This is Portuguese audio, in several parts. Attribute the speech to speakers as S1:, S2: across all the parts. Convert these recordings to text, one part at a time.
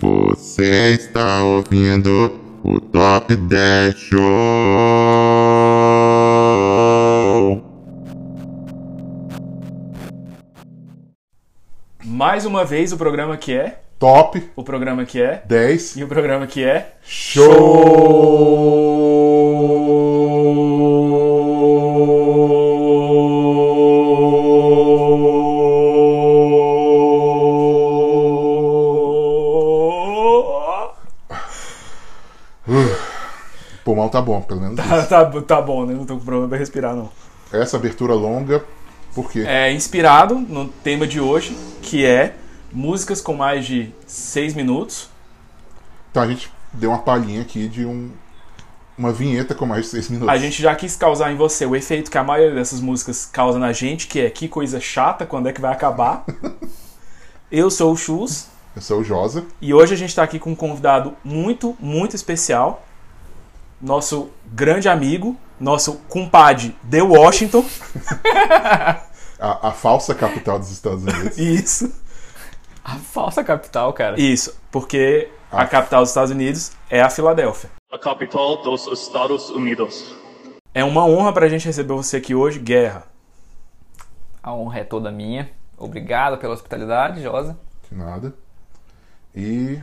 S1: Você está ouvindo o Top 10 Show.
S2: Mais uma vez, o programa que é,
S3: Top
S2: o programa que é,
S3: 10
S2: e o programa que é.
S3: O pulmão tá bom, pelo menos.
S2: Tá, tá, tá bom, né? Não tô com problema pra respirar, não.
S3: isso. Essa abertura longa, por quê?
S2: É inspirado no tema de hoje, que é músicas com mais de 6 minutos.
S3: Então a gente deu uma palhinha aqui de um, uma vinheta com mais de 6 minutos.
S2: A gente já quis causar em você o efeito que a maioria dessas músicas causa na gente, que é que coisa chata, quando é que vai acabar. Eu sou o Chus
S3: Eu sou o Josa.
S2: e hoje a gente tá aqui com um convidado muito, muito especial. Nosso grande amigo, nosso compadre de Washington.
S3: A, a falsa capital dos Estados Unidos.
S2: Isso.
S4: A falsa capital, cara.
S2: Isso, porque a capital dos Estados Unidos é a Filadélfia.
S5: a capital dos Estados Unidos.
S2: É uma honra pra gente receber você aqui hoje, Guerra.
S4: A honra é toda minha. Obrigado pela hospitalidade, Josa.
S3: Que nada. E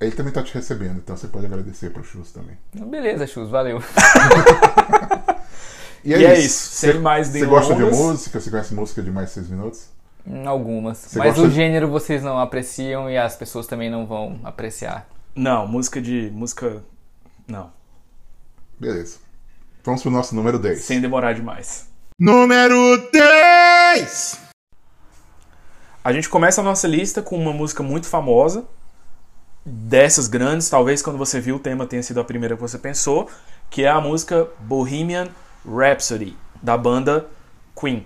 S3: ele também tá te recebendo, então você pode agradecer pro Chus também.
S4: Beleza, Chus, valeu.
S3: E
S2: E é isso, sem
S3: Você-
S2: mais
S3: Você gosta de
S2: delongas.
S3: música? Você conhece música de mais 6 minutos?
S4: Hum, Algumas. Mas
S3: gosta
S4: o
S3: de-
S4: gênero vocês não apreciam e as pessoas também não vão apreciar.
S2: Não, música de. música. Não.
S3: Beleza. Vamos pro nosso número 10.
S2: Sem demorar demais.
S1: Número 10.
S2: A gente começa a nossa lista com uma música muito famosa, dessas grandes, talvez quando você viu o tema tenha sido a primeira que você pensou, que é a música Bohemian Rhapsody, da banda Queen.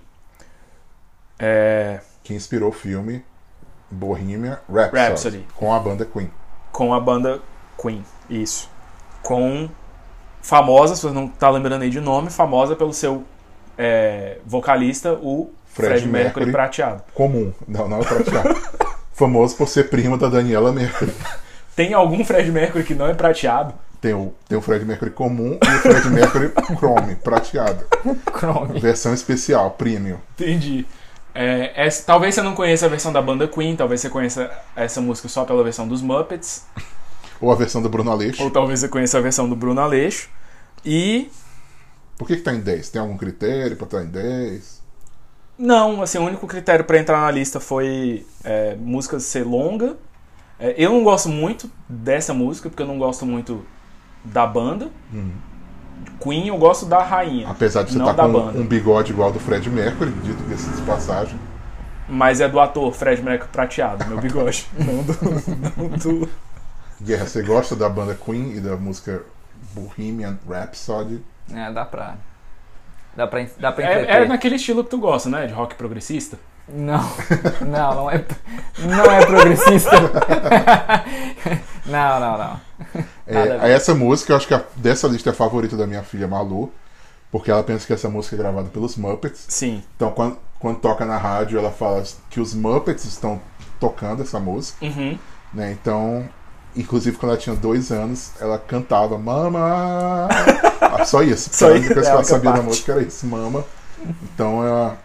S2: É,
S3: Que inspirou o filme Bohemia Rhapsody,
S2: Rhapsody.
S3: Com a banda Queen.
S2: com a banda Queen, isso. Com famosa, se você não tá lembrando aí de nome, famosa pelo seu é, vocalista, o
S3: Fred
S2: Fred, Mercury,
S3: Mercury.
S2: prateado.
S3: Comum. Não, não é prateado. Famoso por ser primo da Daniela Mercury.
S2: Tem algum Fred Mercury que não é prateado?
S3: Tem o, tem o Fred Mercury comum e o Fred Mercury Chrome, prateado.
S4: Chrome.
S3: Versão especial, premium.
S2: Entendi. É, essa- talvez você não conheça a versão da banda Queen, talvez você conheça essa música só pela versão dos Muppets,
S3: Ou a versão do Bruno
S2: ou
S3: Aleixo.
S2: talvez você conheça a versão do Bruno Aleixo. E
S3: Por que, que tá em 10? Tem algum critério pra estar em 10?
S2: não, assim, o único critério pra entrar na lista foi é, música ser longa. É, eu não gosto muito dessa música, porque eu não gosto muito da banda. Queen eu gosto da rainha.
S3: Apesar de você
S2: não
S3: estar
S2: da
S3: com
S2: banda.
S3: um bigode igual ao do Fred Mercury, dito que de passagem.
S2: Mas é do ator Fred Mercury prateado, meu bigode. não do. Não do...
S3: Guerra, você gosta da banda Queen e da música Bohemian Rhapsody?
S4: É, dá pra. Dá pra, dá pra
S2: É, é
S4: interpretar.
S2: naquele estilo que tu gosta, né? De rock progressista.
S4: Não, não, não é, não é progressista. não, não, não.
S3: É,
S4: Nada a ver.
S3: essa música, eu acho que a- dessa lista é a favorita da minha filha Malu, porque ela pensa que essa música é gravada pelos Muppets.
S2: Sim.
S3: Então, quando, quando toca na rádio, ela fala que os Muppets estão tocando essa música,
S2: Uhum.
S3: né? Então, inclusive quando ela tinha dois anos, ela cantava Mama! Ah, Só isso. Só
S2: Só
S3: a
S2: isso,
S3: única coisa que
S2: é a
S3: ela
S2: única
S3: sabia da
S2: parte.
S3: música era isso, Mama. Então, ela...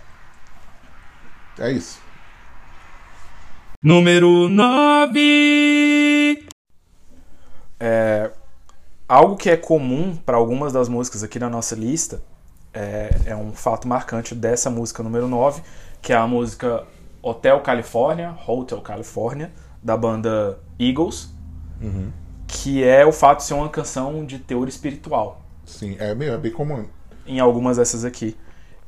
S3: é isso.
S2: Número 9. É, algo que é comum para algumas das músicas aqui na nossa lista é, é um fato marcante dessa música número 9, que é a música Hotel California, Hotel California, da banda Eagles, que é o fato de ser uma canção de teor espiritual
S3: Sim, é, meio, é bem comum.
S2: em algumas dessas aqui,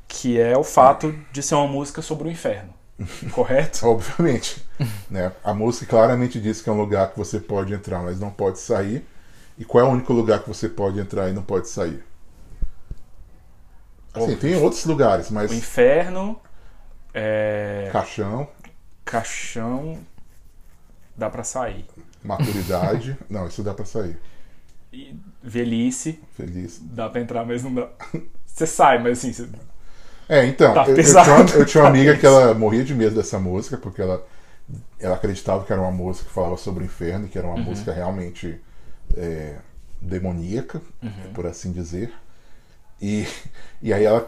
S2: que é o fato de ser uma música sobre o inferno, correto?
S3: Obviamente. né? A música claramente diz que é um lugar que você pode entrar, mas não pode sair. E qual é o único lugar que você pode entrar e não pode sair? Assim, tem outros lugares, mas
S2: O inferno, é,
S3: caixão,
S2: caixão dá pra sair.
S3: maturidade. não, isso dá pra sair.
S2: E velhice
S3: Feliz.
S2: dá pra entrar, mas não dá. Você sai, mas assim, você
S3: É, então,
S2: Tá
S3: eu, eu
S2: pesado,
S3: tinha uma, eu tinha uma
S2: tá
S3: amiga que
S2: pesado.
S3: ela morria de medo dessa música, porque ela, ela acreditava que era uma música que falava sobre o inferno, que era
S2: Uhum.
S3: uma música realmente é, demoníaca,
S2: Uhum.
S3: por assim dizer. E, e aí ela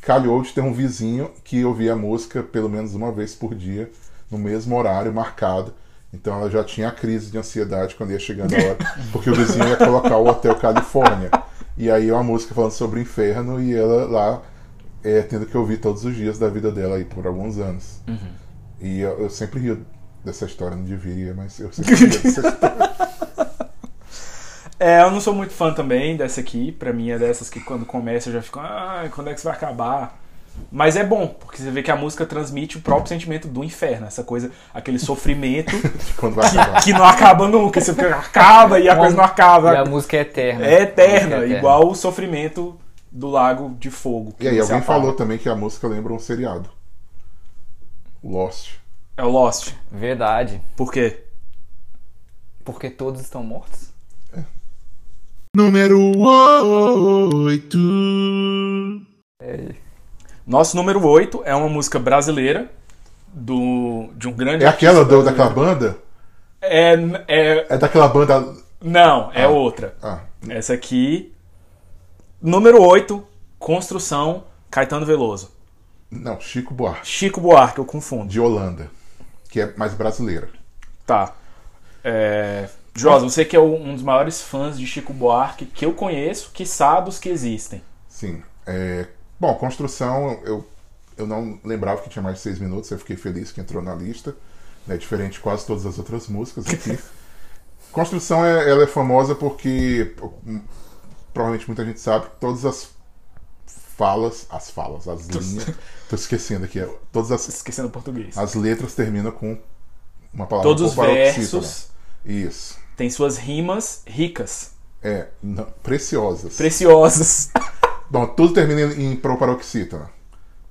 S3: calhou de ter um vizinho que ouvia a música pelo menos uma vez por dia, no mesmo horário marcado. Então ela já tinha a crise de ansiedade quando ia chegando a hora, porque o vizinho ia colocar o Hotel Califórnia. E aí é uma música falando sobre o inferno e ela lá é, tendo que ouvir todos os dias da vida dela aí por alguns anos. E eu, eu sempre rio dessa história, não deveria, mas eu sempre rio dessa história.
S2: É, eu não sou muito fã também dessa aqui. Pra mim é dessas que quando começa eu já fico, ah, quando é que isso vai acabar? Mas é bom, porque você vê que a música transmite o próprio sentimento do inferno, essa coisa, aquele sofrimento
S3: de quando vai acabar.
S2: que não acaba nunca. Você fica, acaba e a coisa não acaba.
S4: E a música é eterna.
S2: É
S4: A música
S2: eterna, igual o sofrimento do Lago de Fogo. que
S3: E aí
S2: você
S3: alguém
S2: apaga.
S3: falou também que a música lembra um seriado. Lost.
S2: É o Lost.
S4: Verdade.
S2: Por quê?
S4: Porque todos estão mortos?
S1: Número 8.
S2: Nosso número 8 é uma música brasileira do, de um grande.
S3: É aquela
S2: artista
S3: do, daquela
S2: brasileiro.
S3: banda?
S2: É, é,
S3: É daquela banda.
S2: não, é
S3: Ah.
S2: outra.
S3: Ah,
S2: Essa aqui. Número 8, Construção, Caetano Veloso.
S3: não, Chico Buarque,
S2: Chico Buarque, eu confundo.
S3: de Holanda. Que é mais brasileira.
S2: Tá. É... Jos, você que é o- um dos maiores fãs de Chico Buarque que eu conheço, que sabe os que existem.
S3: Sim. É, Bom, construção, eu, eu não lembrava que tinha mais de seis minutos, eu fiquei feliz que entrou na lista. Né? Diferente de quase todas as outras músicas aqui. construção é, ela é famosa porque hum, provavelmente muita gente sabe que todas as falas, as falas, as linhas. tô esquecendo aqui, é, todas as,
S2: Esquecendo o português.
S3: as letras terminam com uma palavra
S2: Todos os
S3: com paroxítona.
S2: versos
S3: Isso.
S2: têm suas rimas ricas,
S3: É, não, preciosas.
S2: preciosas.
S3: Bom, tudo termina em, em pro- paroxítona.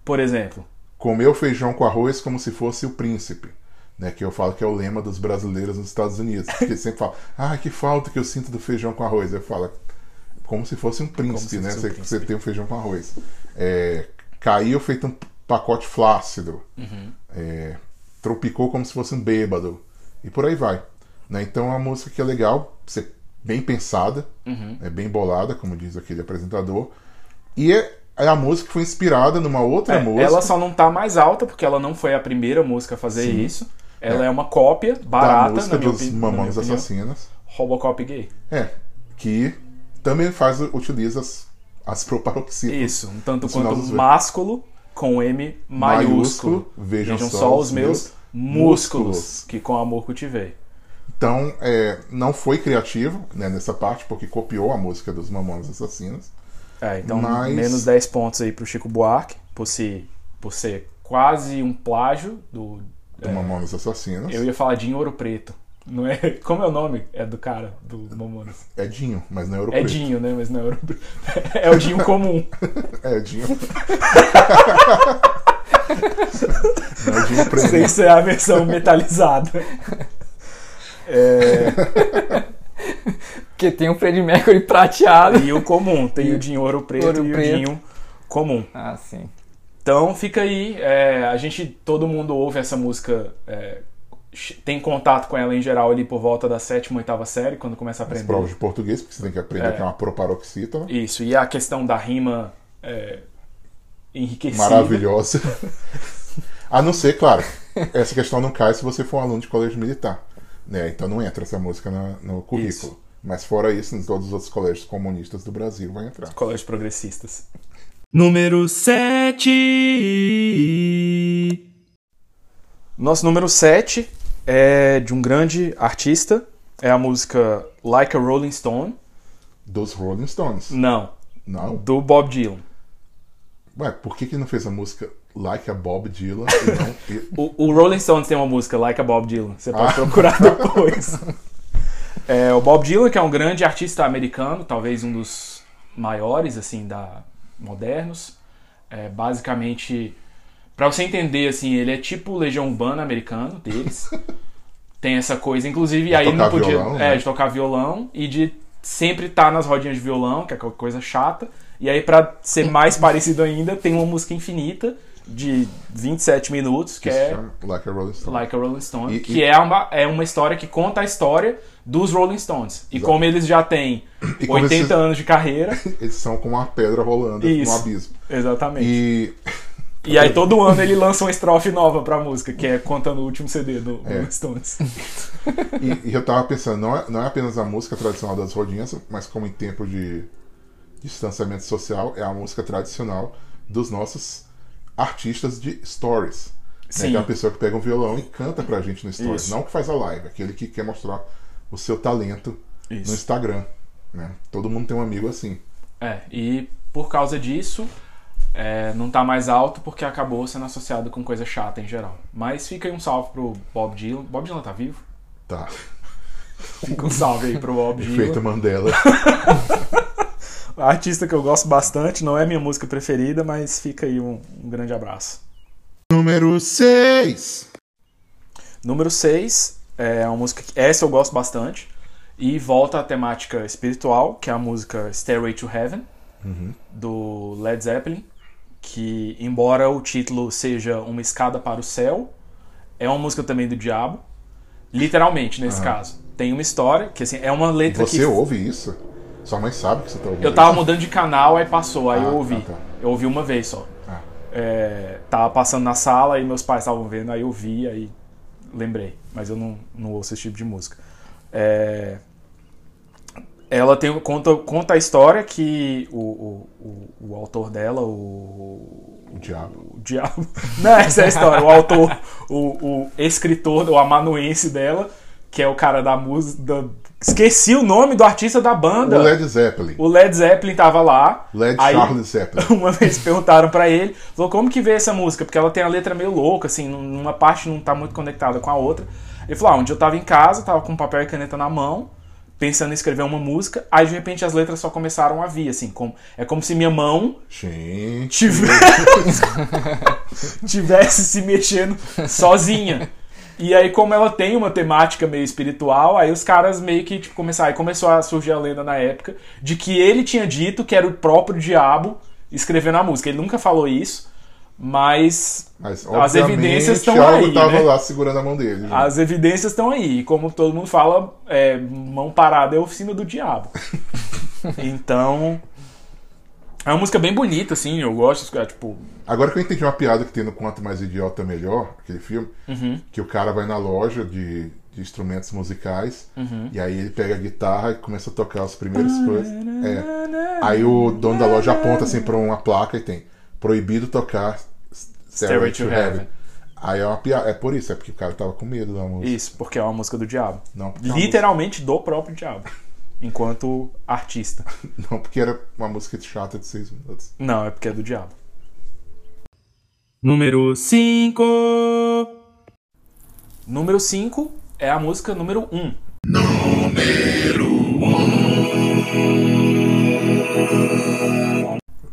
S2: Por exemplo,
S3: comeu feijão com arroz como se fosse o príncipe. Né, que eu falo que é o lema dos brasileiros nos Estados Unidos. Porque eles sempre falam, ah, que falta que eu sinto do feijão com arroz. Eu falo, como se fosse um príncipe,
S2: se
S3: né?
S2: fosse um
S3: Você,
S2: príncipe.
S3: você tem um feijão com arroz. É, caiu feito um pacote flácido.
S2: Uhum.
S3: É, tropicou como se fosse um bêbado. E por aí vai. Né? Então é uma música que é legal, ser bem pensada,
S2: Uhum.
S3: é bem bolada, como diz aquele apresentador. E é, é a música que foi inspirada numa outra
S2: é,
S3: música.
S2: ela só não tá mais alta porque ela não foi a primeira música a fazer isso. Ela é, uma cópia
S3: da
S2: barata,
S3: música
S2: na minha,
S3: dos
S2: opi- na minha
S3: Mamonas
S2: opinião.
S3: Assassinas.
S2: Robocop gay.
S3: É, que também faz, utiliza as, as proparoxítonas.
S2: Isso, um tanto
S3: No final
S2: quanto
S3: dos-
S2: másculo com M maiúsculo.
S3: Maiúsculo, vejam só
S2: os
S3: os
S2: meus
S3: meus
S2: músculos,
S3: músculos.
S2: que com amor cultivei.
S3: Então, é, não foi criativo né, nessa parte, porque copiou a música dos Mamonas Assassinas.
S2: É, então
S3: Mas-
S2: menos 10 pontos aí pro Chico Buarque, por, se, por ser quase um plágio do...
S3: Do Mamonas Assassinas.
S2: É. Eu ia falar de Em Ouro Preto. Não é, como é o nome? É do cara, do Mamonas.
S3: É Dinho, mas não é
S2: É
S3: europeu.
S2: Dinho, né? Mas não é Ouro Preto. É o Dinho comum.
S3: É Dinho. não é Dinho preto.
S2: Sem ser a versão metalizada. É,
S4: Porque tem o Fred Mercury prateado.
S2: e o comum. Tem o Dinho Ouro Preto
S4: Ouro
S2: e
S4: Preto.
S2: o Dinho comum.
S4: Ah, sim.
S2: Então fica aí, é, a gente, todo mundo ouve essa música, é, ch- tem contato com ela em geral ali por volta da sétima, oitava série, quando começa a
S3: As
S2: aprender.
S3: provas de português, porque você tem que aprender
S2: É.
S3: que é uma proparoxítona.
S2: Isso, e a questão da rima é, enriquecida.
S3: maravilhosa. A não ser, claro, essa questão não cai se você for um aluno de colégio militar. Né? Então não entra essa música na- no currículo.
S2: Isso.
S3: Mas fora isso, em todos os outros colégios comunistas do Brasil vai entrar.
S2: Colégio Progressistas.
S6: Número 7.
S2: Nosso número 7 é de um grande artista, é a música Like a Rolling Stone.
S3: Dos Rolling Stones.
S2: Não,
S3: Não.
S2: do Bob Dylan.
S3: Ué, por que, que não fez a música Like a Bob Dylan e não. e-
S2: O, o Rolling Stones tem uma música, Like a Bob Dylan. Você
S3: Ah.
S2: pode procurar depois. É, o Bob Dylan, que é um grande artista americano, talvez um dos maiores, assim, da modernos. É, basicamente, pra você entender, assim, ele é tipo o Legião Urbana americano deles. tem essa coisa, inclusive, aí ele não
S3: tocar
S2: podia
S3: violão,
S2: é,
S3: né?
S2: tá de tocar violão e de sempre estar nas rodinhas de violão, que é aquela coisa chata. E aí, pra ser mais parecido ainda, tem uma música infinita de 27 minutos, que
S3: se
S2: é
S3: chama Like a Rolling Stone.
S2: Like a Rolling Stone,
S3: E-
S2: que
S3: e-
S2: É, uma, é uma história que conta a história dos Rolling Stones. E como eles já têm
S3: E como
S2: 80
S3: esses-
S2: anos de carreira,
S3: Eles são como uma pedra rolando
S2: Isso.
S3: no abismo.
S2: exatamente.
S3: E é.
S2: E, aí todo ano ele lança uma estrofe nova pra música, que é contando o último CD do
S3: É.
S2: Rolling Stones.
S3: E, e eu tava pensando, não é, não é apenas a música tradicional das rodinhas, mas como em tempo de distanciamento social, é a música tradicional dos nossos artistas de stories. Né?
S2: Sim.
S3: Que é a pessoa que pega um violão e canta pra gente no stories.
S2: Isso.
S3: Não que faz a live, aquele que quer mostrar o seu talento
S2: Isso.
S3: no Instagram. Né? Todo mundo tem um amigo assim.
S2: É, e por causa disso, é, não tá mais alto porque acabou sendo associado com coisa chata em geral. Mas fica aí um salve pro Bob Dylan. Bob Dylan tá vivo?
S3: Tá.
S2: Fica um salve aí pro Bob
S3: Feita
S2: Dylan.
S3: Mandela.
S2: Artista que eu gosto bastante, não é minha música preferida, mas fica aí um, um grande abraço.
S3: Número 6!
S2: Número 6 é uma música que essa eu gosto bastante e volta à temática espiritual, que é a música Stairway to Heaven do Led Zeppelin, que embora o título seja uma escada para o céu, é uma música também do diabo, literalmente nesse caso. Tem uma história que assim, é uma letra
S3: Você
S2: que
S3: ouve isso? Sua mãe sabe que você tá ouvindo
S2: eu tava
S3: isso?
S2: mudando de canal, aí passou, aí
S3: Ah,
S2: eu ouvi.
S3: tá, tá.
S2: Eu ouvi uma vez só.
S3: Ah.
S2: É, tava passando na sala e meus pais estavam vendo, aí eu vi, aí lembrei. Mas eu não, não ouço esse tipo de música. É, ela tem, conta, conta a história que o, o, o, o autor dela, o,
S3: O diabo.
S2: o diabo. Não, essa é a história. O autor, o, o escritor, o amanuense dela, que é o cara da música. da- Esqueci o nome do artista da banda.
S3: O Led Zeppelin.
S2: O Led Zeppelin tava lá.
S3: Led
S2: aí,
S3: Charles Zeppelin.
S2: Uma vez perguntaram pra ele, falou, como que vê essa música? Porque ela tem a letra meio louca, assim, num- uma parte não tá muito conectada com a outra. Ele falou, ah, onde eu tava em casa, tava com papel e caneta na mão, pensando em escrever uma música, aí de repente as letras só começaram a vir, assim, como, é como se minha mão
S3: Gente.
S2: tive- tivesse se mexendo sozinha. E aí, como ela tem uma temática meio espiritual, aí os caras meio que tipo, começaram. Aí começou a surgir a lenda na época de que ele tinha dito que era o próprio diabo escrevendo a música. Ele nunca falou isso, mas
S3: Mas,
S2: As
S3: obviamente,
S2: evidências estão
S3: algo
S2: aí,
S3: tava
S2: né?
S3: lá segurando a mão dele. né?
S2: as evidências estão aí. E como todo mundo fala, é, mão parada é a oficina do diabo. Então. É uma música bem bonita, assim, eu gosto, é, tipo,
S3: Agora que eu entendi uma piada que tem no Quanto Mais Idiota Melhor, aquele filme, que o cara vai na loja de, de instrumentos musicais, e aí ele pega a guitarra e começa a tocar os primeiros coisas. É. Aí o dono da loja aponta assim pra uma placa e tem proibido tocar Stairway to Heaven. Aí é uma piada. É por isso, é porque o cara tava com medo da música.
S2: Isso, porque é uma música do diabo.
S3: Não, porque é uma
S2: Literalmente do próprio diabo. Enquanto artista.
S3: Não, porque era uma música chata de seis minutos.
S2: Não, é porque é do diabo.
S6: número 5,
S2: Número 5 é a música número 1. Um.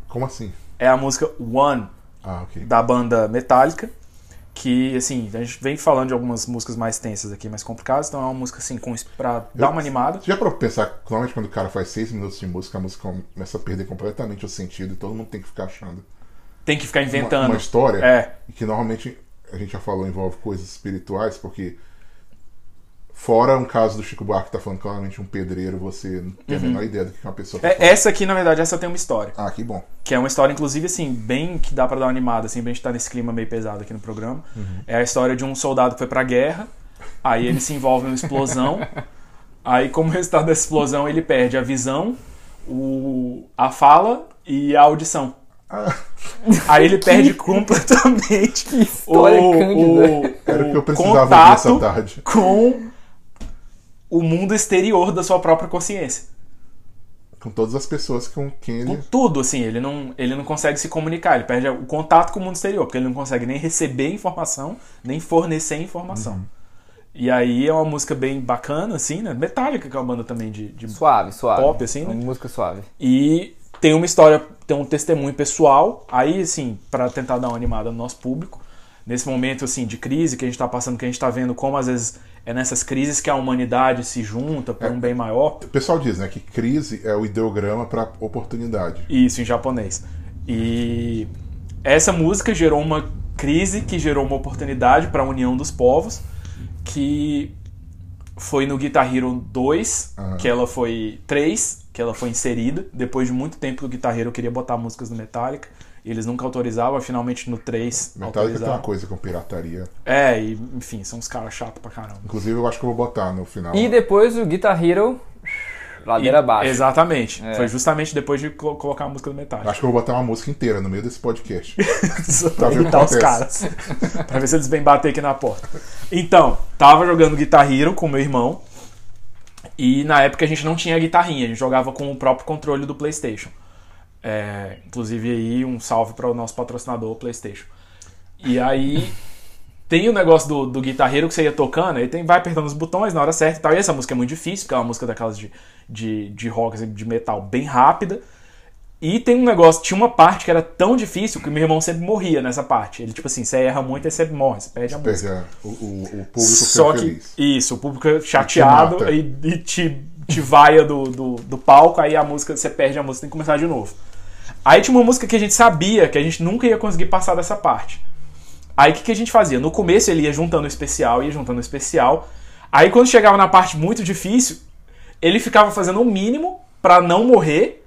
S3: Como assim?
S2: É a música One,
S3: Ah, ok.
S2: da banda Metallica. Que, assim, a gente vem falando de algumas músicas mais tensas aqui, mais complicadas. Então é uma música, assim, com, pra dar uma animada.
S3: Você já parou pra pensar que normalmente quando o cara faz seis minutos de música, a música começa a perder completamente o sentido e todo mundo tem que ficar achando
S2: Tem que ficar
S3: uma-
S2: inventando.
S3: uma história
S2: É.
S3: e que normalmente a gente já falou envolve coisas espirituais, porque fora um caso do Chico Buarque que tá falando claramente um pedreiro, você não tem a menor ideia do que uma pessoa tá
S2: Uhum. É,
S3: falando.
S2: Essa aqui, na verdade, essa tem uma história.
S3: Ah, que bom.
S2: Que é uma história, inclusive, assim, bem que dá pra dar uma animada, assim, pra gente estar nesse clima meio pesado aqui no programa. É a história de um soldado que foi pra guerra, aí ele se envolve em uma explosão, aí, como resultado dessa explosão, ele perde a visão, o... a fala e a audição.
S3: Ah,
S2: Aí ele perde completamente
S4: história cândida.
S3: era o que eu precisava ouvir essa
S2: contato
S3: tarde.
S2: com o mundo exterior da sua própria consciência.
S3: Com todas as pessoas com quem
S2: com
S3: ele.
S2: tudo, assim, ele não, ele não consegue se comunicar, ele perde o contato com o mundo exterior, porque ele não consegue nem receber informação, nem fornecer informação. E aí é uma música bem bacana, assim, né? Metallica, que é uma banda também de, de
S4: Suave, suave.
S2: Pop, assim, né?
S4: Uma música suave.
S2: e tem uma história, tem um testemunho pessoal. Aí, assim, pra tentar dar uma animada no nosso público, nesse momento assim de crise que a gente está passando, que a gente está vendo como às vezes é nessas crises que a humanidade se junta por um bem maior.
S3: O pessoal diz, né, que crise é o ideograma para oportunidade.
S2: Isso, em japonês. E essa música gerou uma crise que gerou uma oportunidade para a união dos povos, que foi no Guitar Hero 2, que ela foi 3, que ela foi inserida. Depois de muito tempo que o Guitar Hero queria botar músicas do Metallica, e eles nunca autorizavam, finalmente no 3
S3: Metallica tem
S2: autorizaram.
S3: uma coisa com pirataria.
S2: É, e enfim, são uns caras chatos pra caramba.
S3: Inclusive, eu acho que eu vou botar no final.
S4: E depois o Guitar Hero, ladeira
S2: E-
S4: abaixo.
S2: Exatamente.
S4: É.
S2: Foi justamente depois de colo- colocar a música do Metallica.
S3: Acho que eu vou botar uma música inteira no meio desse podcast.
S2: pra
S3: ver o que
S2: irritar os caras.
S3: acontece.
S2: pra ver se eles vêm bater aqui na porta. Então, tava jogando Guitar Hero com meu irmão. E na época a gente não tinha guitarrinha, a gente jogava com o próprio controle do PlayStation. É, inclusive aí, um salve para o nosso patrocinador, o PlayStation. E aí. Tem o negócio do, do guitarreiro que você ia tocando, aí tem, vai apertando os botões na hora certa e tal. E essa música é muito difícil, porque é uma música daquelas de, de, de rock, assim, de metal, bem rápida. E tem um negócio, tinha uma parte que era tão difícil que o meu irmão sempre morria nessa parte. Ele, tipo assim, você erra muito e sempre morre, você perde a música.
S3: Pega o, o, o público
S2: Só
S3: fica
S2: que,
S3: feliz.
S2: isso, o público é chateado
S3: mata.
S2: e, e te, te vaia do, do, do palco, aí a música, você perde a música, tem que começar de novo. Aí tinha uma música que a gente sabia que a gente nunca ia conseguir passar dessa parte. Aí o que, que a gente fazia? No começo ele ia juntando o especial, ia juntando o especial. Aí quando chegava na parte muito difícil, ele ficava fazendo o mínimo pra não morrer.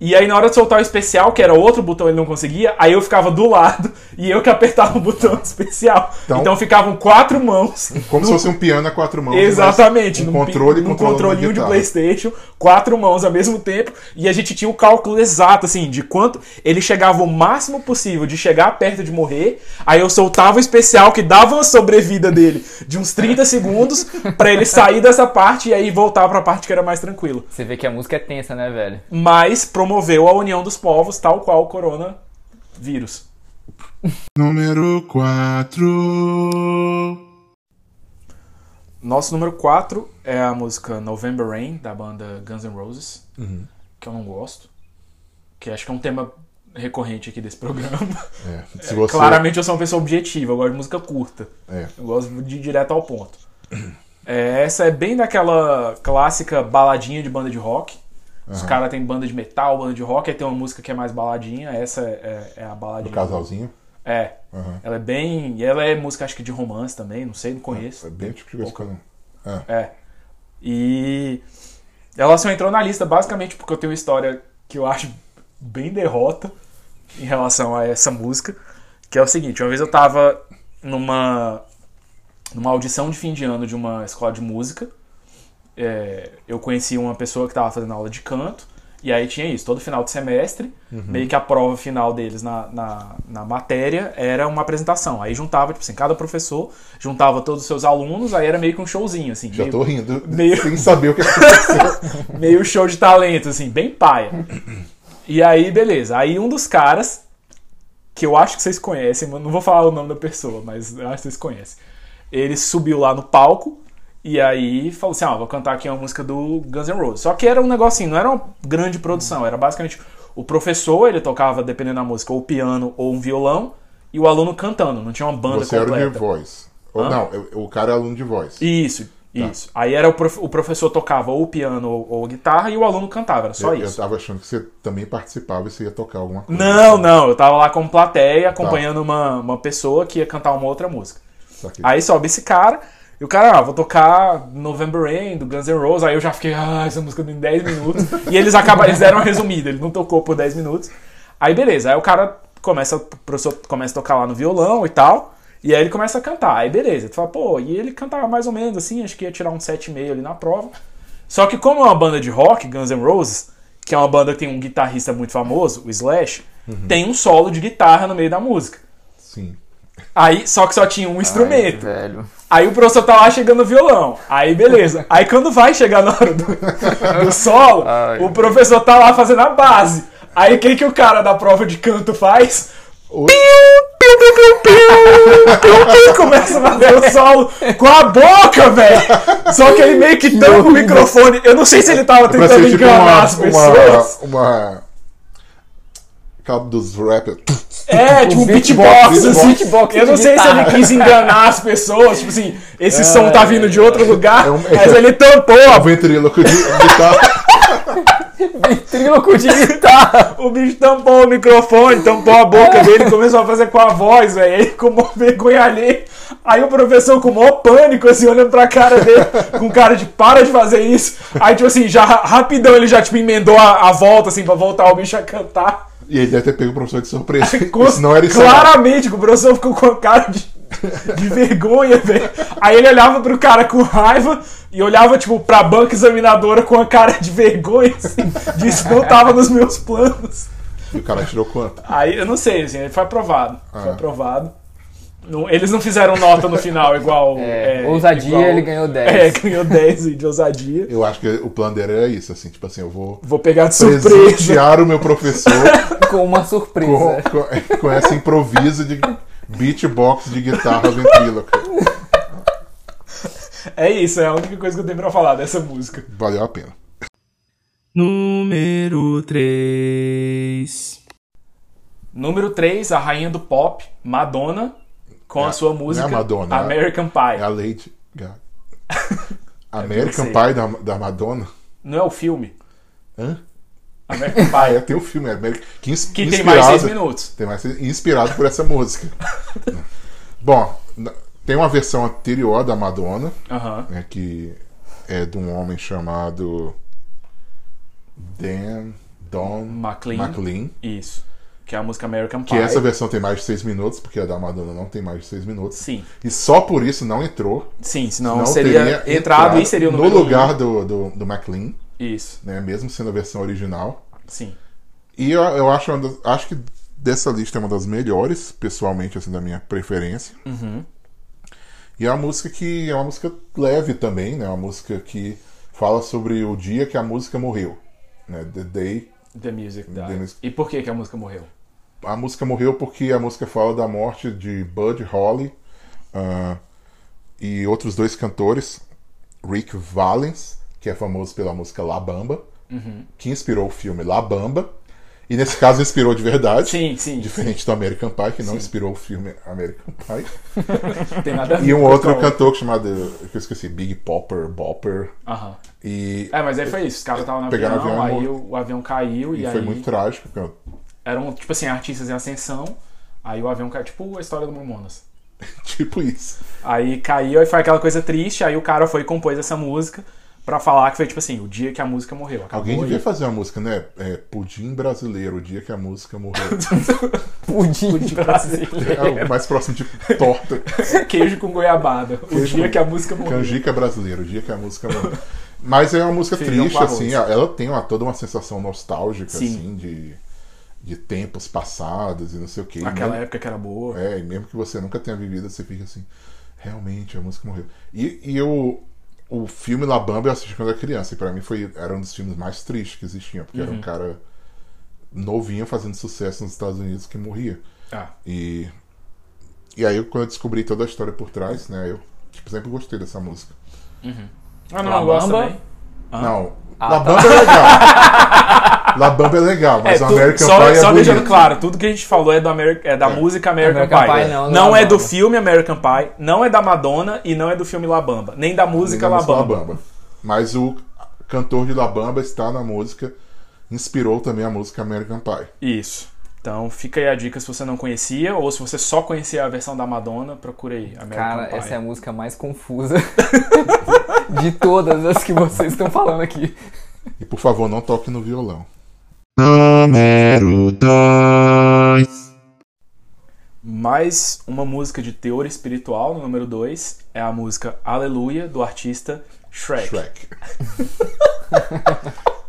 S2: E aí na hora de soltar o especial, que era outro botão ele não conseguia, aí eu ficava do lado e eu que apertava o botão especial. Então,
S3: Então-
S2: ficavam quatro mãos.
S3: Como se fosse um piano a quatro mãos.
S2: Exatamente,
S3: mas
S2: num
S3: Um
S2: pi-
S3: controle
S2: num
S3: controlando uma
S2: controlinho de
S3: guitarra.
S2: PlayStation, quatro mãos ao mesmo tempo, e a gente tinha o cálculo exato, assim, de quanto ele chegava o máximo possível de chegar perto de morrer, aí eu soltava o especial que dava uma sobrevida dele de uns 30 segundos pra ele sair dessa parte e aí voltar pra parte que era mais tranquila.
S4: Você vê que a música é tensa, né, velho?
S2: Mas promoveu a união dos povos, tal qual o coronavírus.
S1: Número 4.
S2: Nosso número 4 é a música November Rain, da banda Guns N' Roses,
S3: Uhum.
S2: que eu não gosto. Que acho que é um tema recorrente aqui desse programa.
S3: É. Se você...
S2: Claramente eu sou uma pessoa objetiva, eu gosto de música curta.
S3: É.
S2: Eu gosto de ir direto ao ponto. É, essa é bem daquela clássica baladinha de banda de rock. Os caras têm banda de metal, banda de rock, aí tem uma música que é mais baladinha, essa é, é a
S3: Do
S2: baladinha.
S3: casalzinho.
S2: É.
S3: Aham.
S2: Ela é bem. e Ela é música, acho que de romance também, não sei, não conheço.
S3: É bem tipo de coisa que eu não-
S2: É. E ela só entrou na lista basicamente porque eu tenho uma história que eu acho bem derrota em relação a essa música, que é o seguinte, uma vez eu tava numa numa audição de fim de ano de uma escola de música. É, eu conheci uma pessoa que tava fazendo aula de canto, e aí tinha isso, todo final de semestre,
S3: Uhum.
S2: meio que a prova final deles na, na, na matéria era uma apresentação. Aí juntava, tipo assim, cada professor juntava todos os seus alunos, aí era meio que um showzinho, assim.
S3: Já
S2: meio-
S3: tô rindo.
S2: meio-
S3: Sem saber o que aconteceu.
S2: meio show de talento, assim, bem paia. E aí, beleza. Aí um dos caras, que eu acho que vocês conhecem, mas não vou falar o nome da pessoa, mas eu acho que vocês conhecem. Ele subiu lá no palco e aí falou assim: ó, vou cantar aqui uma música do Guns N' Roses. Só que era um negocinho, não era uma grande produção, era basicamente o professor, ele tocava, dependendo da música, ou piano ou um violão, e o aluno cantando, não tinha uma banda
S3: você era
S2: completa.
S3: de voz. Ou
S2: Hã?
S3: não, eu- o cara é aluno de voz.
S2: Isso, isso. Aí era o, prof- o professor tocava ou piano ou, ou guitarra e o aluno cantava, era só
S3: eu,
S2: isso.
S3: eu tava achando que você também participava e você ia tocar alguma coisa.
S2: Não, não, eu tava lá como plateia acompanhando uma, uma pessoa que ia cantar uma outra música.
S3: Saquei.
S2: Aí sobe esse cara, e o cara, ah, vou tocar November Rain do Guns N' Roses. Aí eu já fiquei, ah, essa música tem 10 minutos. e eles acabaram, eles deram uma resumida, ele não tocou por 10 minutos. Aí beleza, aí o cara começa, o professor começa a tocar lá no violão e tal. E aí ele começa a cantar, aí beleza. Tu fala, pô, e ele cantava mais ou menos assim, acho que ia tirar um 7,5 ali na prova. Só que como é uma banda de rock, Guns N' Roses, que é uma banda que tem um guitarrista muito famoso, o Slash, tem um solo de guitarra no meio da música.
S3: Sim.
S2: Aí, só que só tinha um instrumento.
S4: Ai, velho.
S2: Aí o professor tá lá chegando no violão. Aí beleza. Aí quando vai chegar na hora do, do solo,
S4: Ai.
S2: o professor tá lá fazendo a base. Aí o que, que o cara da prova de canto faz?
S3: O-
S2: Piu, piu, piu, piu, piu, piu, Começa a fazer o solo com a boca, velho! Só que ele meio que tampa o microfone. Eu não sei se ele tava
S3: Pra
S2: tentando
S3: ser tipo
S2: enganar
S3: uma,
S2: as pessoas.
S3: uma, uma. cabo dos rappers.
S2: É, tipo um beatbox,
S3: beatbox,
S2: assim.
S4: beatbox
S2: eu não
S4: de
S2: sei se
S4: guitarra.
S2: ele quis enganar as pessoas, tipo assim, esse som tá vindo de outro lugar,
S3: É um-
S2: mas ele tampou
S3: O ventríloco de guitarra.
S4: Ventríloco de guitarra.
S2: O bicho tampou o microfone, tampou a boca dele, começou a fazer com a voz, velho. Aí ficou mó vergonha ali. Aí o professor com o maior pânico, assim, olhando pra cara dele, com cara de para de fazer isso. Aí, tipo assim, já ra- rapidão ele já, tipo, emendou a, a volta, assim, pra voltar o bicho a cantar.
S3: E ele deve ter pego o professor de surpresa.
S2: Com-
S3: Isso não era isso.
S2: Claramente, que o professor ficou com a cara de, de vergonha, velho. Aí ele olhava pro cara com raiva e olhava, tipo, pra banca examinadora com a cara de vergonha, assim. Disse, não tava nos meus planos.
S3: E o cara tirou quanto?
S2: Aí eu não sei, assim, ele foi aprovado.
S3: Ah.
S2: Foi aprovado. Não- eles não fizeram nota no final igual.
S4: É, ousadia, ele ganhou 10.
S2: É, ganhou 10 de ousadia.
S3: Eu acho que o plano dele era isso, assim, tipo assim, eu vou
S2: Vou pegar de surpresa.
S3: presentear o meu professor
S2: É.
S4: Com uma surpresa.
S3: com, com, com esse improviso de beatbox de guitarra ventríloca.
S2: É isso, é a única coisa que eu tenho pra falar dessa música.
S3: Valeu a pena.
S6: número 3,
S2: Número 3, a rainha do pop, Madonna, com a sua música
S3: não é Madonna, é-
S2: American
S3: É
S2: Pie.
S3: a Lady Gaga. American
S2: É, sei.
S3: Pie da, da Madonna.
S2: Não é o filme.
S3: Hã?
S2: American
S3: Ah, é,
S2: Pie.
S3: tem o filme, é American, que, ins-
S2: Que tem
S3: inspirado,
S2: mais 6 minutos.
S3: Tem mais seis- inspirado por essa música. Bom, na- tem uma versão anterior da Madonna,
S2: Aham.
S3: né, que é de um homem chamado Dan Don
S2: McLean.
S3: McLean.
S2: Isso. Que é a música American Pie.
S3: Que essa versão tem mais de seis minutos, porque a da Madonna não tem mais de seis minutos.
S2: Sim.
S3: E só por isso não entrou.
S2: Sim, senão
S3: Não
S2: seria
S3: teria
S2: entrado e seria o
S3: no
S2: número um.
S3: lugar do, do, do McLean,
S2: Isso.
S3: né, mesmo sendo a versão original.
S2: Sim.
S3: E eu, eu acho, uma das- acho que dessa lista é uma das melhores, pessoalmente, assim, da minha preferência. E é uma música que é uma música leve também, né? Uma música que fala sobre o dia que a música morreu, né? The day
S2: The Music Died.
S3: The Music-
S2: E por que, que a música morreu?
S3: a música morreu porque a música fala da morte de Bud Holly ah, e outros dois cantores, Rick Valens, que é famoso pela música La Bamba, que inspirou o filme La Bamba, e nesse caso inspirou de verdade.
S2: Sim, sim.
S3: Diferente do American Pie, que não inspirou o filme American Pie.
S2: Não tem nada a ver
S3: E um
S2: com
S3: outro
S2: o-
S3: cantor chamado, que eu esqueci, Big Popper, Bopper.
S2: Aham.
S3: E,
S2: É, mas aí foi isso. Os caras estavam no avião,
S3: Pegaram o avião e
S2: aí
S3: morreram.
S2: o, o avião caiu e,
S3: e
S2: aí.
S3: foi muito trágico, porque
S2: Eram, tipo assim, artistas em ascensão. Aí o avião caiu, tipo a história do Mamonas.
S3: eu- tipo isso.
S2: Aí caiu, aí foi aquela coisa triste. Aí o cara foi e compôs essa música pra falar que foi, tipo assim, o dia que a música morreu. Acabou
S3: Alguém devia
S2: aí.
S3: fazer uma música, né? É, Pudim Brasileiro, o dia que a música morreu.
S4: Pudim,
S2: Tipo
S3: É
S4: brasileiro.
S3: o mais próximo de torta.
S2: assim, Queijo com goiabada. O
S3: Queijo
S2: dia
S3: com-
S2: que a música morreu.
S3: Canjica brasileira, o dia que a música morreu. Mas é uma música
S2: Feijão
S3: triste,
S2: com arroz.
S3: assim. Ela tem uma- toda uma sensação nostálgica,
S2: Sim.
S3: assim, de, de tempos passados e não sei o quê. E
S2: Naquela
S3: mesmo-
S2: época que era boa.
S3: É, e mesmo que você nunca tenha vivido, você fica assim, realmente, a música morreu. E, e eu, o filme La Bamba eu assisti quando era criança, e pra mim foi, era um dos filmes mais tristes que existiam, porque
S2: Uhum.
S3: era um cara novinho fazendo sucesso nos Estados Unidos que morria.
S2: Ah,
S3: E, e aí, quando eu descobri toda a história por trás, né, eu tipo, sempre gostei dessa música.
S2: ah não,
S4: La
S2: eu gosto
S4: Bamba?
S2: também.
S3: Não, La Bamba é legal. La Bamba é legal,
S2: É,
S3: mas o
S2: tudo-
S3: American
S2: só,
S3: Pie é
S2: só
S3: bonito.
S2: deixando claro, tudo que a gente falou é, do Ameri- é da música American,
S4: American
S2: Pie.
S4: Pie, não,
S2: não
S4: não
S2: é
S4: Labamba.
S2: do filme American Pie, não é da Madonna e não é do filme La Bamba, nem da música
S3: Nem na
S2: La
S3: música La
S2: Bamba.
S3: Bamba. Mas o cantor de La Bamba está na música, inspirou também a música American Pie.
S2: Isso. Então fica aí a dica se você não conhecia ou se você só conhecia a versão da Madonna, procura aí American
S4: Cara,
S2: Pie.
S4: essa é a música mais confusa de todas as que vocês estão falando aqui.
S3: E por favor, não toque no violão.
S1: Número 2.
S2: Mais uma música de teor espiritual, no número 2, é a música Aleluia do artista Shrek.
S3: Shrek.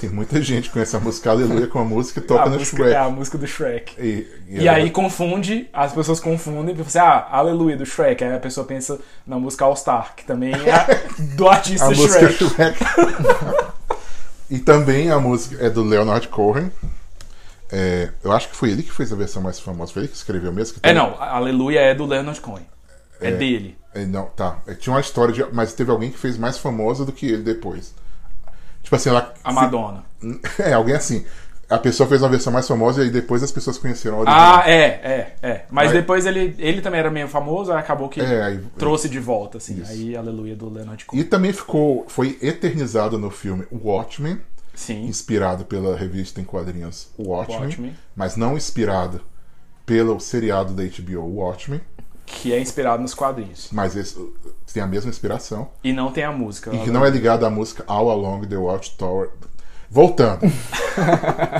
S3: Tem muita gente que conhece a música Aleluia com a música e toca
S2: A
S3: no
S2: música,
S3: Shrek.
S2: é a música do Shrek.
S3: E,
S2: E aí confunde, as pessoas confundem, porque você, ah, Aleluia do Shrek, aí a pessoa pensa na música All Star, que também é a- do
S3: a
S2: artista
S3: música
S2: Shrek.
S3: Shrek. e também a música é do Leonard Cohen. É, eu acho que foi ele que fez a versão mais famosa. Foi ele que escreveu mesmo? Que
S2: É
S3: tem-
S2: não, a- Aleluia é do Leonard Cohen. É, dele.
S3: É, Não, tá. É, Tinha uma história de. Mas teve alguém que fez mais famosa do que ele depois. Tipo assim, ela.
S2: A Madonna.
S3: É, alguém assim. A pessoa fez uma versão mais famosa e aí depois as pessoas conheceram a original.
S2: Ah, é, é, é. Mas
S3: Aí-
S2: depois ele, ele também era meio famoso, aí acabou que
S3: É, aí-
S2: trouxe de volta, assim.
S3: Isso.
S2: Aí, aleluia, do Leonard Cohen.
S3: E também ficou, foi eternizado no filme Watchmen,
S2: Sim,
S3: inspirado pela revista em quadrinhos Watchmen,
S2: Watchmen.
S3: mas não inspirado pelo seriado da HBO Watchmen,
S2: que é inspirado nos quadrinhos.
S3: mas esse, uh, tem a mesma inspiração
S2: E não tem a música.
S3: e que não é ligado à música All Along the Watchtower. Voltando,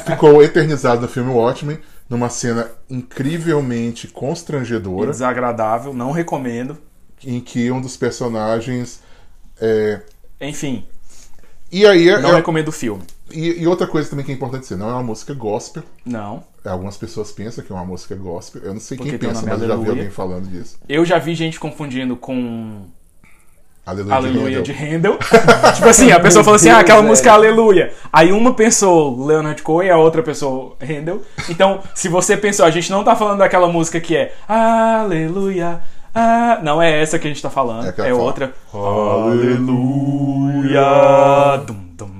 S3: ficou eternizado no filme Watchmen numa cena incrivelmente constrangedora.
S2: Desagradável, não recomendo.
S3: em que um dos personagens. é,
S2: Enfim,
S3: E aí é-
S2: não
S3: é-
S2: recomendo o filme.
S3: e, e outra coisa também que é importante dizer, não é uma música gospel.
S2: Não.
S3: Algumas pessoas pensam que é uma música gospel. Eu não sei
S2: Porque
S3: quem
S2: tem o
S3: pensa,
S2: nome
S3: mas eu já vi
S2: Aleluia.
S3: alguém falando disso.
S2: Eu já vi gente confundindo com
S3: Aleluia,
S2: Aleluia de
S3: de Handel.
S2: Handel. tipo assim, a pessoa falou assim, ah,
S4: Deus,
S2: aquela
S4: velho.
S3: é."
S2: música Aleluia. Aí uma pensou Leonard Cohen, a outra pensou Handel. Então, se você pensou, a gente não tá falando daquela música que é Aleluia. Ah, não é essa que a gente tá falando,
S3: É
S2: é,
S3: aquela que fala,
S2: outra.
S3: Aleluia.
S2: Dum, dum.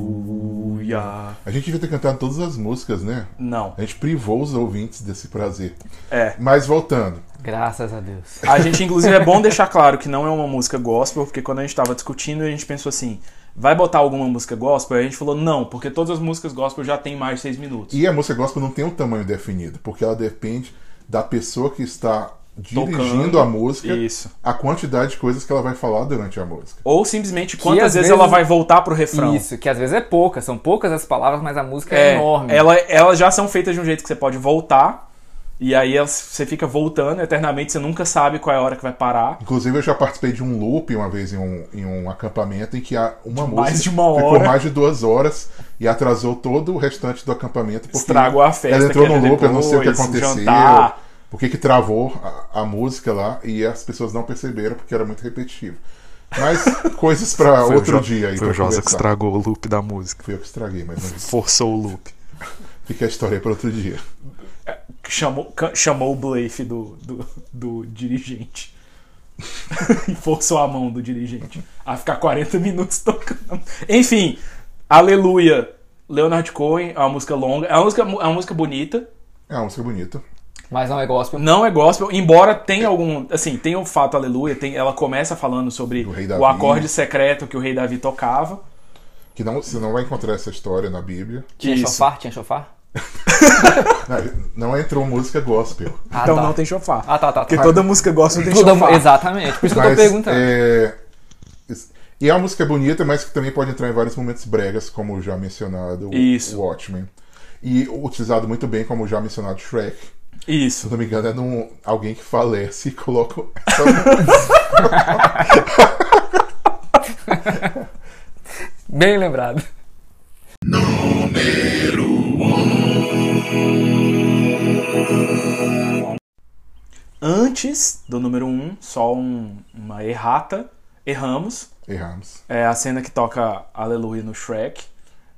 S2: Aleluia.
S3: A gente devia ter cantado todas as músicas, né?
S2: Não,
S3: A gente privou os ouvintes desse prazer.
S2: é.
S3: Mas voltando,
S4: Graças a Deus.
S2: A gente, inclusive, é bom deixar claro que não é uma música gospel, porque quando a gente tava discutindo, a gente pensou assim, vai botar alguma música gospel? Aí a gente falou, não, porque todas as músicas gospel já tem mais de seis minutos.
S3: E a música gospel não tem um tamanho definido, porque ela depende da pessoa que está dirigindo
S2: Tocando.
S3: a música,
S2: Isso.
S3: a quantidade de coisas que ela vai falar durante a música.
S2: Ou simplesmente quantas
S4: às
S2: vezes,
S4: vezes-
S2: ela vai voltar pro refrão.
S4: Isso, que às vezes é pouca, são poucas as palavras, mas a música é,
S2: É,
S4: enorme.
S2: Ela, elas já são feitas de um jeito que você pode voltar, e aí elas- você fica voltando eternamente, você nunca sabe qual é a hora que vai parar.
S3: Inclusive, eu já participei de um loop uma vez em um, em um acampamento em que a, uma música
S2: mais de uma
S3: ficou
S2: hora.
S3: mais de duas horas e atrasou todo o restante do acampamento. Porque
S2: Estragou a festa
S3: Ela entrou
S2: que
S3: no
S2: era
S3: loop, eu não sei o que
S2: depois, o
S3: aconteceu.
S2: jantar.
S3: Por que que travou a, a música lá e as pessoas não perceberam porque era muito repetitivo. Mas coisas para outro dia aí. pra conversar.
S2: estragou o loop da música,
S3: Fui eu que estraguei, mas não
S2: forçou o loop.
S3: Fica a história para outro dia.
S2: Chamou, ca- chamou o blefe do, do, do dirigente. e forçou a mão do dirigente a ficar 40 minutos tocando. Enfim, Aleluia, Leonard Cohen, é uma música longa, é uma música, é uma música bonita.
S3: É uma música bonita.
S4: Mas não é gospel.
S2: Não é gospel, embora tenha algum. Assim, tem o fato Aleluia, tem, ela começa falando sobre
S3: Do rei
S2: o
S3: Davi.
S2: acorde secreto que o rei Davi tocava.
S3: Que não, você não vai encontrar essa história na Bíblia.
S4: Tinha
S2: Isso.
S4: chofar? Tinha chofar?
S3: Ah, Não, não entrou música gospel.
S4: Ah,
S2: então
S4: tá.
S2: não tem chofar.
S4: Ah, tá, tá.
S2: Porque
S4: tá.
S2: toda música gospel tem
S4: Toda-
S2: chofar.
S4: Exatamente, por isso que eu tô
S3: Mas,
S4: perguntando.
S3: é, isso- E é uma música bonita, mas que também pode entrar em vários momentos bregas, como já mencionado o-
S2: Isso.
S3: o Watchmen. E utilizado muito bem, como já mencionado Shrek. Se
S2: Isso.
S3: eu não me engano, é num, alguém que falece e coloca essa música.
S4: Bem lembrado.
S2: Antes do número 1, um, só um- uma errata. Erramos.
S3: Erramos.
S2: É a cena que toca Aleluia no Shrek.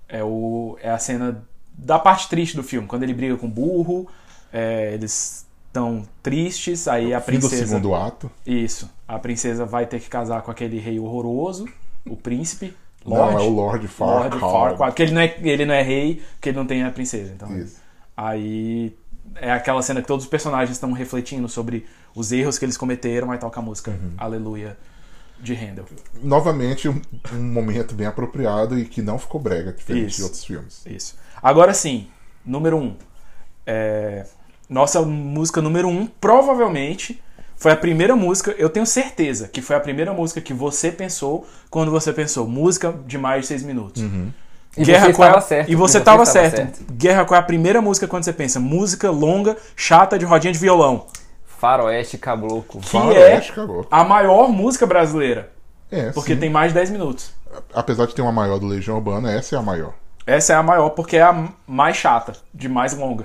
S2: É, o, é a cena da parte triste do filme, quando ele briga com o burro, é, eles estão tristes, aí a
S3: Fim do
S2: princesa.
S3: Então, segundo ato.
S2: Isso. A princesa vai ter que casar com aquele rei horroroso, o príncipe. Lorde,
S3: Não, é o Lord
S2: Lord
S3: Farquaad.
S2: Farquaad. Porque ele não, é, ele não é rei, porque ele não tem a princesa. Então,
S3: Isso.
S2: Aí é aquela cena que todos os personagens estão refletindo sobre os erros que eles cometeram, aí toca a música Aleluia de Handel.
S3: Novamente, um, um momento bem apropriado e que não ficou brega, diferente
S2: Isso.
S3: de outros filmes.
S2: Isso. Agora sim, número um. É, nossa música número um, provavelmente, foi a primeira música, eu tenho certeza que foi a primeira música que você pensou quando você pensou música de mais de seis minutos.
S4: E
S2: Guerra
S4: você
S2: Qual é a-
S4: estava certo.
S2: E você
S4: estava
S2: estava certo. Guerra Qual é a primeira música quando você pensa? Música longa, chata, de rodinha de violão.
S4: Faroeste Cabloco.
S2: Que
S3: Faroeste
S2: é
S3: Caboclo.
S2: a maior música brasileira.
S3: É,
S2: Porque
S3: sim.
S2: tem mais de 10 minutos.
S3: Apesar de ter uma maior do Legião Urbana, essa é a maior.
S2: Essa é a maior porque é a mais chata, de mais longa.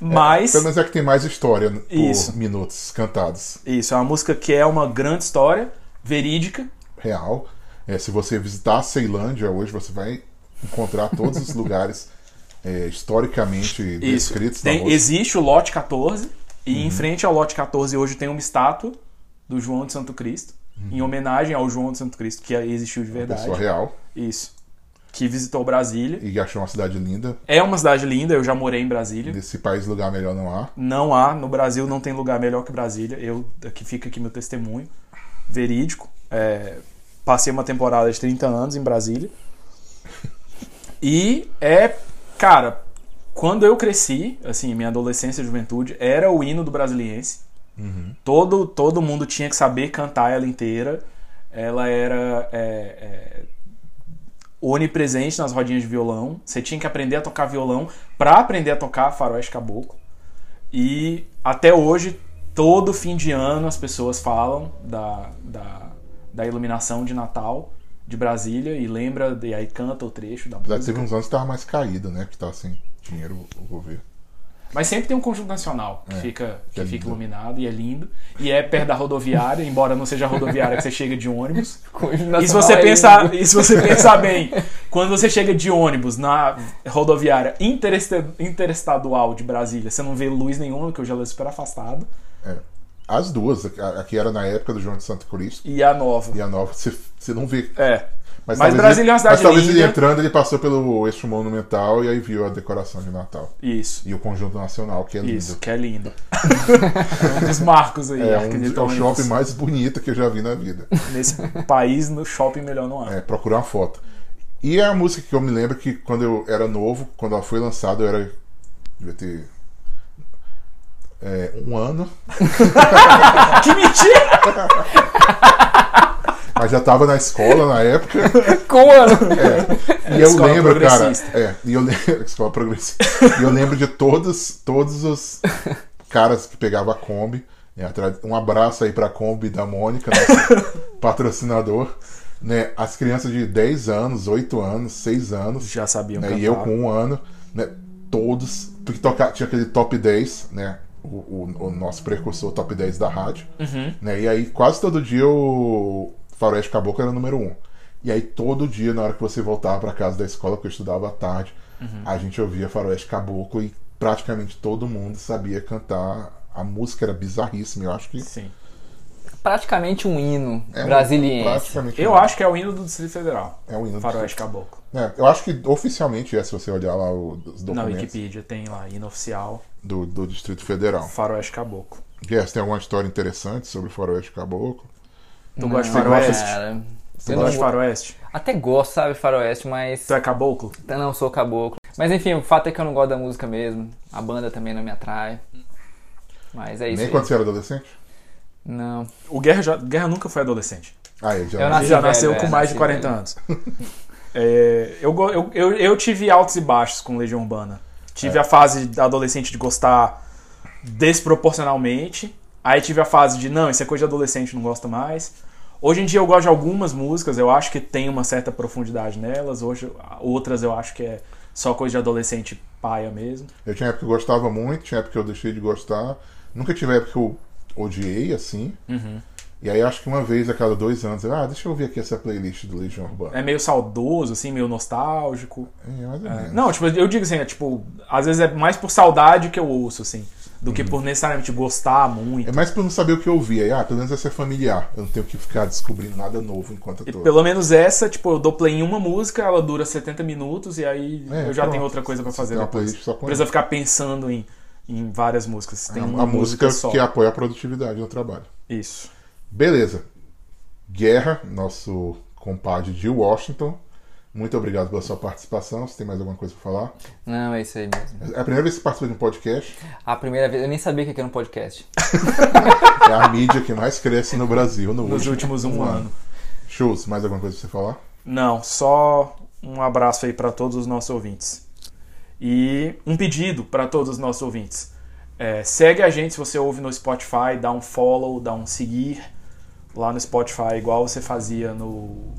S2: Mas.
S3: É, Pelo menos é que tem mais história por
S2: Isso.
S3: minutos cantados.
S2: Isso, é uma música que é uma grande história, verídica.
S3: Real. É, se você visitar a Ceilândia hoje, você vai encontrar todos os lugares é, historicamente descritos na
S2: Tem,
S3: música.
S2: existe o lote 14, e em frente ao lote 14 hoje tem uma estátua do João de Santo Cristo, em homenagem ao João de Santo Cristo, que existiu de verdade.
S3: é. Pessoa real.
S2: Isso. que visitou Brasília.
S3: E achou uma cidade linda.
S2: É uma cidade linda, eu já morei em Brasília.
S3: Nesse país, lugar melhor não há.
S2: Não há, no Brasil não tem lugar melhor que Brasília. Eu aqui fica aqui meu testemunho verídico. É, passei uma temporada de 30 anos em Brasília. E é, cara, quando eu cresci, assim, minha adolescência e juventude, era o hino do brasiliense. Todo, todo mundo tinha que saber cantar ela inteira. Ela era é, é, onipresente nas rodinhas de violão. Você tinha que aprender a tocar violão pra aprender a tocar faroeste caboclo. E até hoje, todo fim de ano, as pessoas falam da, da, da iluminação de Natal de Brasília e lembra, e aí canta o trecho da
S3: Apesar de
S2: música.
S3: teve uns anos que tava mais caído, né? Que tava sem dinheiro o governo.
S2: Mas sempre tem um conjunto nacional que fica, que
S3: que é
S2: fica
S3: lindo.
S2: iluminado e é lindo. E é perto da rodoviária, embora não seja a rodoviária que você chega de ônibus.
S3: Tá
S2: E se você pensar,
S3: né?
S2: e se você pensar bem, quando você chega de ônibus na rodoviária intereste- interestadual de Brasília, você não vê luz nenhuma, que o gelo é super afastado,
S3: É. As duas, a, a que era na época do João de Santo Cristo
S2: e a nova.
S3: e a nova, você- você não vê.
S2: É. Mas
S3: talvez
S2: Brasília
S3: ele-
S2: é uma cidade
S3: Mas talvez ele
S2: linda.
S3: entrando, ele passou pelo eixo monumental e aí viu a decoração de Natal.
S2: Isso.
S3: E o conjunto nacional, que é lindo.
S2: Isso, que é lindo. é um dos marcos aí,
S3: É, um, é o
S2: arquitetônicos
S3: shopping mais bonito que eu já vi na vida.
S2: nesse país, no shopping melhor não há.
S3: É, procurar uma foto. E é a música que eu me lembro que quando eu era novo, quando ela foi lançada, eu era. devia ter. é, um ano. É.
S2: Que mentira!
S3: Mas já tava na escola na época. E eu
S2: escola
S3: lembro, cara.
S2: progressista.
S3: É, e eu lembro. Escola progressista. E eu lembro de todos, todos os caras que pegavam a Kombi. né, atra- Um abraço aí pra Kombi da Mônica, nosso patrocinador. Né? As crianças de 10 anos, 8 anos, 6 anos.
S2: Já sabiam
S3: né,
S2: cantar.
S3: E eu com um ano, né? Todos. Porque toca, tinha aquele top 10, né? O, o- o nosso precursor top 10 da rádio.
S2: Uhum.
S3: Né, e aí quase todo dia o Faroeste Caboclo era o número 1. E aí todo dia, na hora que você voltava pra casa da escola, que eu estudava à tarde,
S2: Uhum.
S3: a gente ouvia Faroeste Caboclo e praticamente todo mundo sabia cantar. A música era bizarríssima, eu acho que.
S2: Sim.
S4: Praticamente um hino
S3: É um-
S4: brasiliense.
S3: praticamente
S2: Eu
S3: um-
S2: acho que é o hino do Distrito Federal.
S3: É um hino do
S2: Faroeste
S3: Distrito.
S2: Caboclo.
S3: É, eu acho que oficialmente é, se você olhar lá os
S2: Na
S3: documentos
S2: Wikipedia tem lá, hino oficial,
S3: do, do Distrito Federal.
S2: Faroeste Caboclo.
S3: Guess, tem alguma história interessante sobre o Faroeste Caboclo?
S2: Tu gosta de
S4: Não,
S2: faroeste?
S4: cara.
S2: Tu
S4: Eu não
S2: gosta de
S4: go-
S2: faroeste?
S4: Até gosto, sabe, faroeste, mas
S2: Tu é caboclo?
S4: eu não sou caboclo. Mas enfim, o fato é que eu não gosto da música mesmo. A banda também não me atrai. Mas é isso.
S3: Nem
S4: aí.
S3: quando você era adolescente?
S4: Não.
S2: O Guerra, já- Guerra nunca foi adolescente.
S3: Ah, eu já
S4: Eu
S2: Ele
S4: nasci-
S2: já
S4: velho,
S2: nasceu
S4: é,
S2: com mais de
S4: nasci
S2: 40
S4: velho.
S2: anos. É, eu, go- eu, eu, eu tive altos e baixos com Legião Urbana. Tive a fase da adolescente de gostar desproporcionalmente. Aí tive a fase de, não, isso é coisa de adolescente, não gosto mais. Hoje em dia eu gosto de algumas músicas, eu acho que tem uma certa profundidade nelas. Hoje, outras eu acho que é só coisa de adolescente paia mesmo.
S3: Eu tinha época que eu gostava muito, tinha época que eu deixei de gostar. Nunca tive época que eu odiei, assim.
S2: Uhum.
S3: E aí acho que uma vez a cada dois anos, eu, ah, deixa eu ouvir aqui essa playlist do Legião Urbana.
S2: É meio saudoso, assim, meio nostálgico.
S3: É, mais ou menos.
S2: Não, tipo, eu digo assim, é, tipo, às vezes é mais por saudade que eu ouço, assim, do que por necessariamente gostar muito.
S3: Uhum. É mais pra eu não saber o que eu ouvia. Aí, ah, pelo menos essa é familiar. Eu não tenho que ficar descobrindo nada novo enquanto eu
S2: E
S3: tô.
S2: pelo menos essa, tipo, eu dou play em uma música, ela dura 70 minutos e aí
S3: É,
S2: eu já
S3: pronto.
S2: tenho outra coisa pra fazer
S3: tem uma
S2: depois.
S3: playlist só com
S2: Precisa
S3: ela.
S2: ficar pensando em, em várias músicas. Tem
S3: a,
S2: uma
S3: a música
S2: só.
S3: que apoia a produtividade no trabalho.
S2: Isso.
S3: Beleza. Guerra, nosso compadre de Washington. Muito obrigado pela sua participação. Você tem mais alguma coisa pra falar?
S4: Não, é isso aí mesmo.
S3: É a primeira vez que você participa de um podcast.
S4: A primeira vez, eu nem sabia que aqui era um podcast.
S3: É a mídia que mais cresce no Brasil no
S2: Nos
S3: último
S2: últimos
S3: Uhum.
S2: um ano.
S3: Shows, mais alguma coisa pra você falar?
S2: Não, só um abraço aí pra todos os nossos ouvintes. E um pedido pra todos os nossos ouvintes. É, segue a gente se você ouve no Spotify, dá um follow, dá um seguir lá no Spotify, igual você fazia no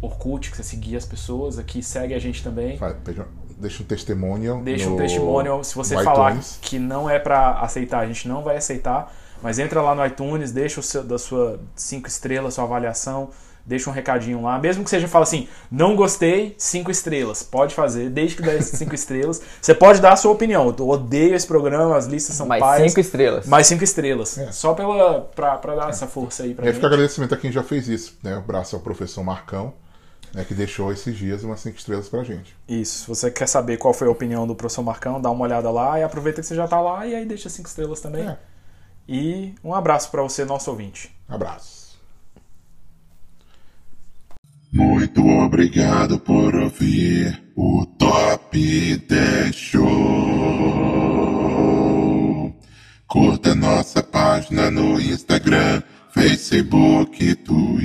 S2: Orkut, que você seguia as pessoas. Aqui segue a gente também.
S3: Vai, pede um- Deixa um testemunho.
S2: Deixa
S3: no...
S2: um testemunho. Se você
S3: no
S2: falar
S3: iTunes.
S2: que não é pra aceitar, a gente não vai aceitar. Mas entra lá no iTunes, deixa o seu- da sua cinco estrelas, sua avaliação, deixa um recadinho lá. Mesmo que seja fala assim, não gostei, cinco estrelas. Pode fazer, desde que dê essas cinco estrelas. Você pode dar a sua opinião. Eu odeio esse programa, as listas são
S4: Mais
S2: paias.
S4: cinco estrelas.
S2: Mais cinco estrelas.
S3: É.
S2: Só pela, pra, pra dar essa força aí pra
S3: É,
S2: gente.
S3: fica agradecimento a quem já fez isso. Né? Um abraço ao professor Marcão, né, que deixou esses dias umas 5 estrelas pra gente.
S2: Isso. Se você quer saber qual foi a opinião do professor Marcão, dá uma olhada lá e aproveita que você já tá lá e aí deixa cinco estrelas também.
S3: É.
S2: E um abraço pra você, nosso ouvinte.
S3: Abraço.
S1: Muito obrigado por ouvir o Top 10 Show. Curta nossa página no Instagram, Facebook, Twitter.